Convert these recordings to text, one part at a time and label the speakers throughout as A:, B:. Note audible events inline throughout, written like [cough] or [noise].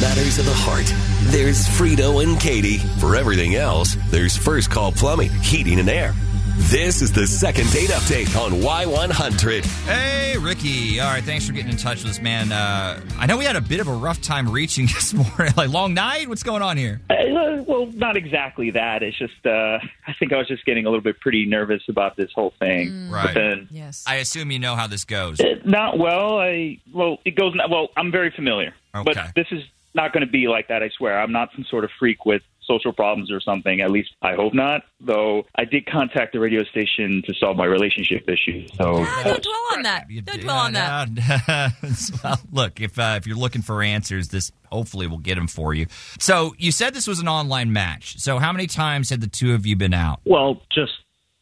A: Matters of the Heart, there's Frito and Katie. For everything else, there's First Call Plumbing, Heating and Air. This is the second date update on Y100.
B: Hey, Ricky. All right, thanks for getting in touch with us, man. Uh, I know we had a bit of a rough time reaching [laughs] this morning. like, long night? What's going on here?
C: Uh, well, not exactly that. It's just uh, I think I was just getting a little bit pretty nervous about this whole thing.
B: Right.
C: But then,
D: Yes.
B: I assume you know how this goes.
C: eh, not well. I well, it goes. Not, well, I'm very familiar, but
B: Okay.
C: this is not going to be like that. I swear. I'm not some sort of freak with social problems or something. At least I hope not. Though I did contact the radio station to solve my relationship issue. So
D: No, Ah, don't dwell on that. Don't dwell on that.
B: that. [laughs] well, look, if uh, if you're looking for answers, this hopefully will get them for you. So you said this was an online match. So how many times had the two of you been out?
C: well, just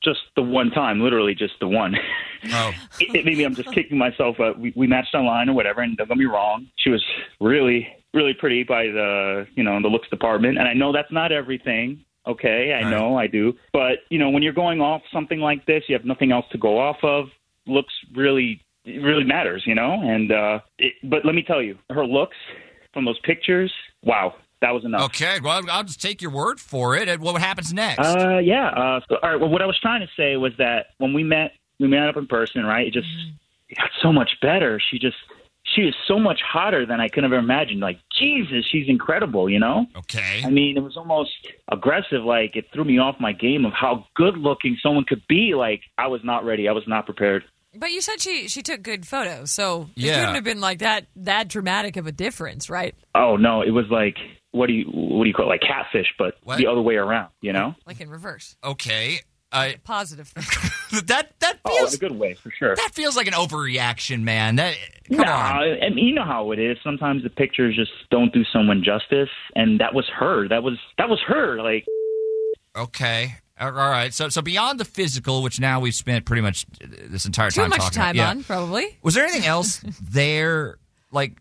C: just the one time, literally just the one. [laughs]
B: Oh,
C: it, it- maybe I'm just kicking myself. Uh, we, we matched online or whatever, and don't get me wrong, she was really, really pretty by the you know the looks department. And I know that's not everything. Okay, I
B: Right.
C: know I do, but you know when you're going off something like this, you have nothing else to go off of. Looks really, it really matters, you know. And uh, it, but let me tell you, her looks from those pictures, wow, that was enough.
B: okay. Well, I'll just take your word for it. And what happens next?
C: Uh, yeah. Uh, so, all right. Well, what I was trying to say was that when we met, we met up in person, right? It just it got so much better. She just she is so much hotter than I could have imagined. Like Jesus, she's incredible. You know.
B: okay.
C: I mean, it was almost aggressive. Like it threw me off my game of how good looking someone could be. Like I was not ready. I was not prepared.
D: But you said she she took good photos, so it
B: Yeah.
D: couldn't have been like that that dramatic of a difference, right?
C: Oh no, it was like what do you what do you call it? like catfish, but
B: What?
C: the other way around. You know.
D: Like in reverse,
B: Okay. Uh, [laughs]
D: positive. thing.
B: that that
C: Oh, in
B: feels
C: a good way for sure.
B: that feels like an overreaction, man. That come
C: no,
B: on.
C: I mean, you know how it is. Sometimes the pictures just don't do someone justice, and that was her. That was that was her. Like,
B: Okay. All right. So so beyond the physical, which now we've spent pretty much this entire
D: Too
B: time
D: much
B: talking about,
D: time
B: yeah.
D: on, probably.
B: Was there anything else [laughs] there? Like,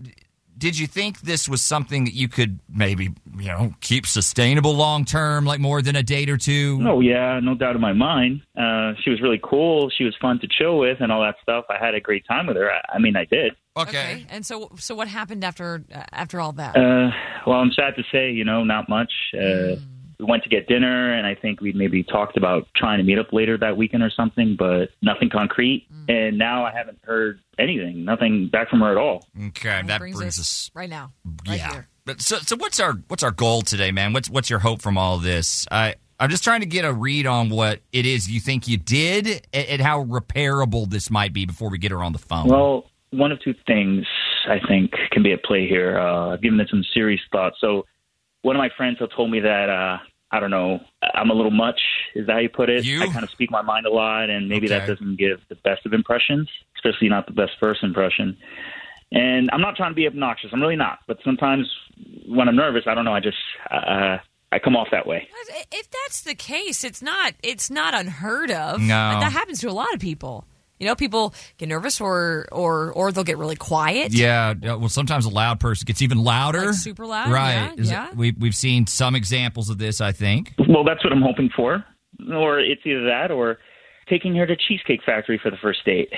B: did you think this was something that you could maybe, you know, keep sustainable long term, like more than a date or two?
C: oh yeah, no doubt in my mind. Uh, she was really cool. She was fun to chill with, and all that stuff. I had a great time with her. I, I mean, I did.
B: Okay.
D: And so so what happened after uh, after all that?
C: Uh, well, I'm sad to say, you know, not much. Uh,
B: Mm.
C: We went to get dinner, and I think we maybe talked about trying to meet up later that weekend or something, but nothing concrete.
B: Mm.
C: And now I haven't heard anything, nothing back from her at all.
B: Okay. that brings, us.
D: right now. Right
B: yeah.
D: here.
B: But so, so what's our what's our goal today, man? What's what's your hope from all this? I I'm just trying to get a read on what it is you think you did and, and how repairable this might be before we get her on the phone.
C: Well, one of two things I think can be at play here. Uh, I've given it some serious thought. So, one of my friends had told me that uh, I don't know, I'm a little much. Is that how you put it?
B: You?
C: I kind of speak my mind a lot, and maybe that
B: Okay.
C: doesn't give the best of impressions, especially not the best first impression. And I'm not trying to be obnoxious. I'm really not. But sometimes when I'm nervous, I don't know. I just uh, I come off that way.
D: But i- If that's the case, it's not it's not unheard of.
B: No.
D: that happens to a lot of people. You know, people get nervous or or or they'll get really quiet.
B: Yeah, yeah, well, sometimes a loud person gets even louder,
D: Like super loud,
B: right?
D: yeah,
B: Is it-
D: yeah.
B: we we've seen some examples of this, I think.
C: Well, that's what I'm hoping for. Or it's either that or taking her to Cheesecake Factory for the first date.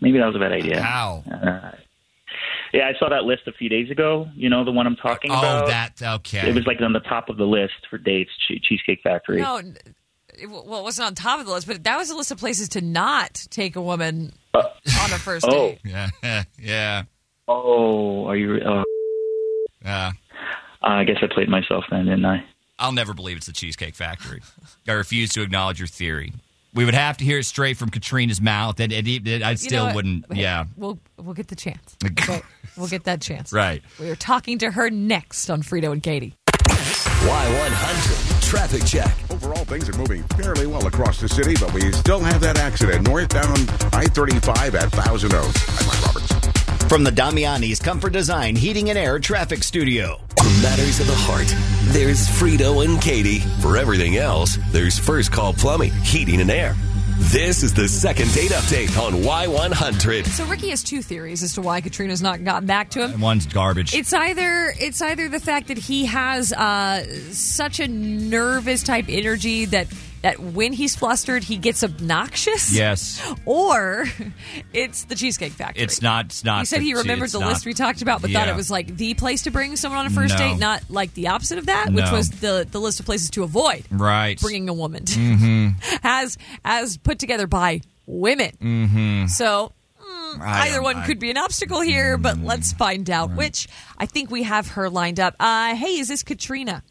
C: Maybe that was a bad idea.
B: How?
C: Yeah, I saw that list a few days ago. You know, the one I'm talking about.
B: Oh, that okay.
C: It was like on the top of the list for dates, che- Cheesecake Factory.
D: No, n- it, well, it wasn't on top of the list, but that was a list of places to not take a woman
B: Uh,
D: on a first
C: oh.
D: date.
B: yeah, [laughs] yeah.
C: Oh, are you? Uh,
B: Uh,
C: I guess I played myself then, didn't I?
B: I'll never believe it's the Cheesecake Factory. I refuse to acknowledge your theory. We would have to hear it straight from Katrina's mouth, and, and, even- I
D: You
B: still
D: know what?
B: wouldn't.
D: Hey,
B: Yeah,
D: we'll we'll get
B: [laughs]
D: the chance. Okay, we'll get that chance.
B: right.
D: We are talking to her next on Frito and Katie.
A: Y100 Traffic Check.
E: Overall, things are moving fairly well across the city, but we still have that accident northbound I-35 at Thousand Oaks. I'm Mike Roberts.
F: From the Damiani's Comfort Design Heating and Air Traffic Studio.
A: Matters of the Heart, there's Frito and Katie. For everything else, there's First Call Plumbing, Heating and Air. This is the second date update on Y100.
D: So Ricky has two theories as to why Katrina's not gotten back to him.
B: And one's garbage.
D: It's either it's either the fact that he has uh, such a nervous type energy that that when he's flustered, he gets obnoxious.
B: Yes.
D: Or [laughs] it's the Cheesecake Factory.
B: It's not. It's not.
D: He said he
B: the-
D: remembered
B: it's
D: the
B: not-
D: list we talked about, but thought
B: Yeah.
D: it was like the place to bring someone on a first
B: No.
D: date, not like the opposite of that, which
B: No.
D: was the the list of places to avoid
B: right.
D: bringing a woman, to,
B: Mm-hmm.
D: [laughs] as as put together by women. Mm-hmm. So mm,
B: I
D: either
B: don't-
D: one
B: I- Mm.
D: could be an obstacle here, but let's find out. Which I think we have her lined up. Uh, hey, is this Katrina?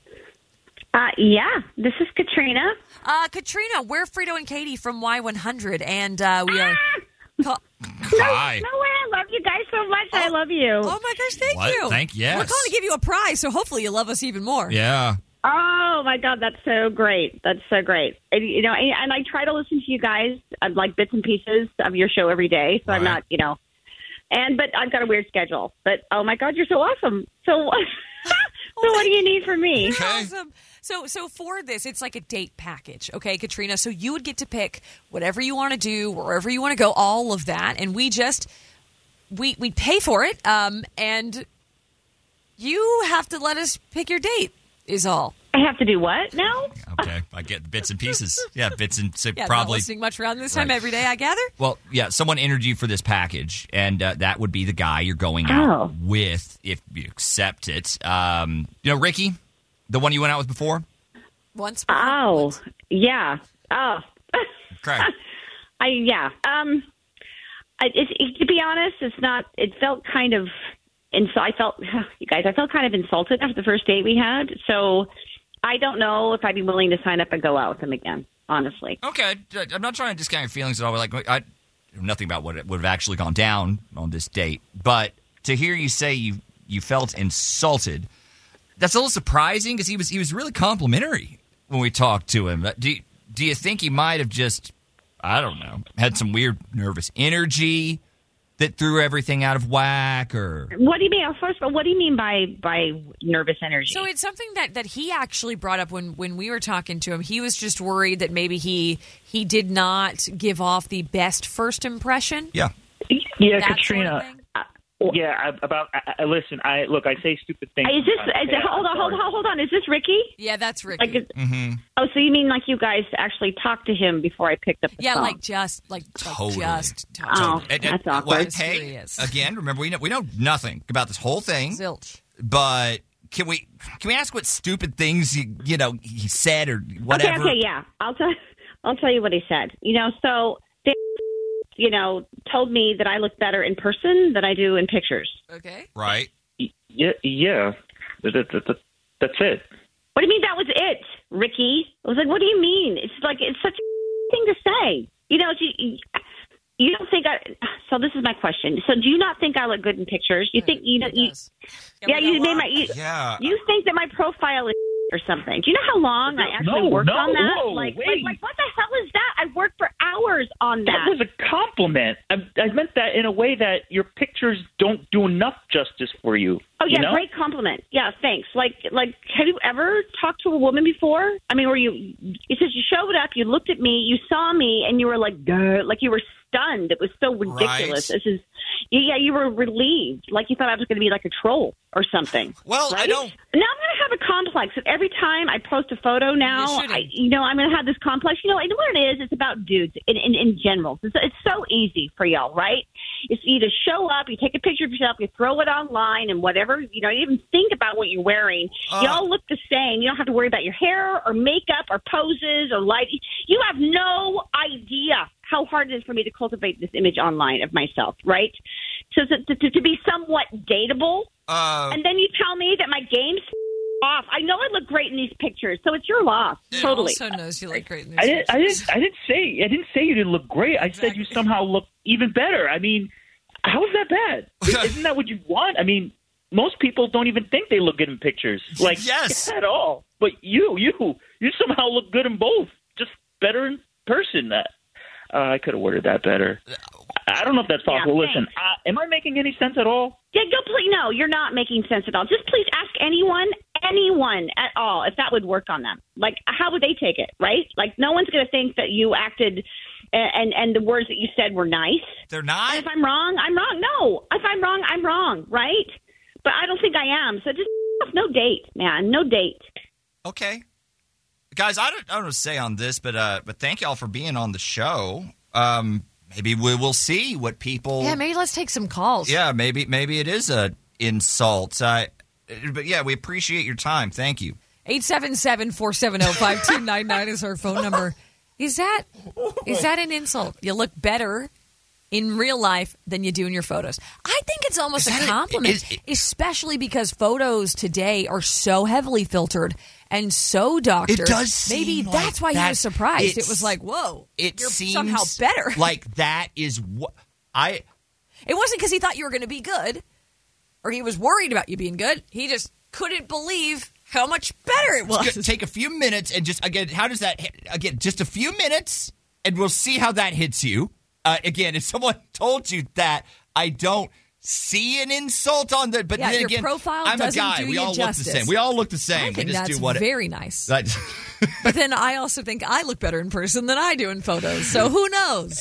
G: Uh, yeah, this is Katrina.
D: Uh, Katrina, we're Frito and Katie from Y100, and uh, we are. Call- [laughs]
B: Hi.
G: No way, I love you guys so much. I love you.
D: oh my gosh! Thank
B: What?
D: you.
B: Thank- yes.
D: We're going to give you a prize, so hopefully you love us even more.
B: Yeah.
G: Oh my god, that's so great. That's so great. And, you know, and, and I try to listen to you guys um, like bits and pieces of your show every day, so I'm
B: Right.
G: not, you know. And but I've got a weird schedule. But oh my god, you're so awesome. So [laughs] so what do you need from me?
B: Okay.
D: Awesome. So, so for this, it's like a date package, okay, Katrina? So you would get to pick whatever you want to do, wherever you want to go, all of that, and we just we we pay for it, um, and you have to let us pick your date. Is all.
G: I have to do what now?
B: Okay. I get bits and pieces. Yeah. Bits and so
D: Yeah, not
B: probably.
D: listening much around this time
B: Right.
D: every day, I gather.
B: Well, yeah, someone entered you for this package, and uh, that would be the guy you're going out
G: Oh.
B: with if you accept it. Um, you know, Ricky, the one you went out with before.
D: Once. before,
G: Oh
D: once.
G: yeah. Oh
B: Craig.
G: I yeah. Um, I, it, it, to be honest, it's not. It felt kind of. And so I felt, [sighs] you guys, I felt kind of insulted after the first date we had. So I don't know if I'd be willing to sign up and go out with him again. Honestly,
B: Okay, I'm not trying to discount your feelings at all. Like, I know nothing about what would have actually gone down on this date, but to hear you say you you felt insulted, that's a little surprising because he was he was really complimentary when we talked to him. Uh, Do you, do you think he might have just I don't know had some weird nervous energy that threw everything out of whack or
G: what do you mean? First of all, what do you mean by by nervous energy?
D: So it's something that that he actually brought up when when we were talking to him. He was just worried that maybe he he did not give off the best first impression.
B: yeah
C: Yeah,
D: that sort of
C: Katrina.
D: thing.
C: yeah, I, about I, I, listen. I look. I say stupid things.
G: is this?
C: sometimes.
G: Is,
C: Yeah,
G: hold on,
C: I'm
G: hold
C: sorry.
G: on, hold on. Is this Ricky?
D: Yeah, that's Ricky.
G: Like, is, oh, so you mean like you guys actually talked to him before I picked up the
D: yeah,
G: phone?
D: like just like, like
B: Totally.
D: just
G: Oh,
D: totally.
G: that's
B: well,
G: awkward.
B: hey,
D: Serious.
B: again, remember we know we know nothing about this whole thing.
D: zilch.
B: but can we can we ask what stupid things you you know he said or
G: Okay,
B: whatever?
G: okay, yeah. I'll tell [laughs] I'll tell you what he said. You know, so they, you know, told me that I look better in person than I do in pictures.
D: Okay.
B: Right.
C: Yeah, yeah. That- that- that- that's it.
G: What do you mean that was it, Ricky? I was like, what do you mean? It's like it's such a thing to say. You know, you you don't think I. So this is my question. So do you not think I look good in pictures? You think you know? You,
D: Yes.
G: yeah,
D: we
G: you
D: got
G: made my.
D: one.
G: You,
B: Yeah.
G: you think that my profile is [laughs] or something. Do you know how long I actually
C: No,
G: worked
C: no,
G: on that?
C: whoa,
G: like, like,
C: wait.
G: like, what the hell is that? I worked for hours on
C: [laughs] That was a compliment. I, I meant that in a way that your pictures don't do enough justice for you.
G: Oh yeah,
C: you know?
G: great compliment. Yeah, thanks. Like like have you ever talked to a woman before? I mean, were you it says you showed up, you looked at me, you saw me and you were like "Duh," like you were stunned. It was so ridiculous.
B: Right.
G: This is yeah, you were relieved, like you thought I was going to be like a troll or something.
B: Well, I
G: right?
B: don't.
G: Now I'm going to have a complex. that Every time I post a photo now,
D: shouldn't.
G: I, you know, I'm going to have this complex. You know, and what it is, it's about dudes in, in, in general. It's, it's so easy for y'all, right? It's you just show up, you take a picture of yourself, you throw it online, and whatever. You know, you even think about what you're wearing.
B: Uh.
G: y'all look the same. You don't have to worry about your hair or makeup or poses or light. You have no idea how hard it is for me to cultivate this image online of myself, right? So to, to, to be somewhat dateable,
B: Uh,
G: and then you tell me that my game's [laughs] off. I know I look great in these pictures, so it's your loss. Totally.
D: Also knows you look great. In
C: I
D: these
C: didn't, I
D: pictures.
C: didn't. I didn't say. I didn't say you didn't look great. I said you
D: Exactly.
C: somehow look even better. I mean, how is that bad? Isn't that what you want? I mean, most people don't even think they look good in pictures, like
B: Yes.
C: [laughs] at all. But you, you, you somehow look good in both, just better in person. That uh, I could have worded that better. I I don't know if that's possible.
G: Yeah,
C: Listen,
G: thanks.
C: I, am I making any sense at all?
G: yeah, go please. No, you're not making sense at all. Just please ask anyone, anyone at all, if that would work on them. Like, how would they take it? Right? Like, no one's going to think that you acted, a- and and the words that you said were nice.
B: they're
G: And
B: not.
G: if I'm wrong, I'm wrong. No, if I'm wrong, I'm wrong. Right? [laughs] But I don't think I am. So just no date, man. No date.
B: Okay. guys, I don't, I don't know what to say on this, but uh, but thank y'all for being on the show. Um, maybe we will see what people.
H: Yeah, maybe let's take some calls.
B: Yeah, maybe maybe it is a insult. I, but yeah, we appreciate your time. Thank you.
D: 877 470 5299 is her phone number. Is that is that an insult? You look better in real life than you do in your photos. I think it's almost a compliment, especially because photos today are so heavily filtered and so doctored.
B: It does
D: Maybe
B: seem like
D: that's why
B: that.
D: he was surprised.
B: It's-
D: It was like, whoa,
B: It
D: you're
B: seems
D: somehow better. [laughs]
B: like that is what I.
D: It wasn't because he thought you were going to be good or he was worried about you being good. He just couldn't believe how much better it was.
B: Just take a few minutes and just again how does that hit? again just a few minutes and we'll see how that hits you uh, again if someone [laughs] told you that i don't see an insult on the but
D: Yeah,
B: then
D: your
B: again
D: profile
B: i'm a
D: doesn't
B: guy
D: do
B: we
D: you
B: all look
D: justice.
B: the same we all look the
D: I
B: same we
D: think
B: just
D: that's
B: do what [laughs]
D: very nice.
B: that,
D: But then I also think I look better in person than I do in photos. So who knows?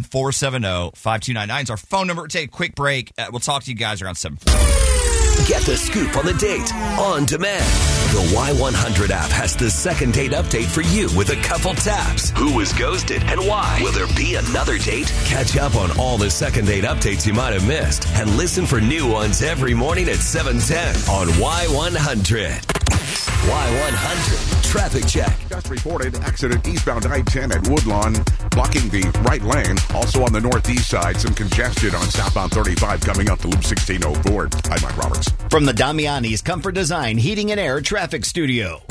B: oh, 877-470-5299 is our phone number take a quick break uh, we'll talk to you guys around 7
A: Get the scoop on the date on demand. The Y100 app has the second date update for you with a couple taps. Who was ghosted and why? Will there be another date? Catch up on all the second date updates you might have missed and listen for new ones every morning at 710 on Y100. Y100 Traffic Check.
E: Just reported accident eastbound I-10 at Woodlawn, blocking the right lane. Also on the northeast side, some congestion on southbound 35 coming up to Loop 1604. I'm Mike Roberts.
F: From the Damiani's Comfort Design Heating and Air Traffic Studio.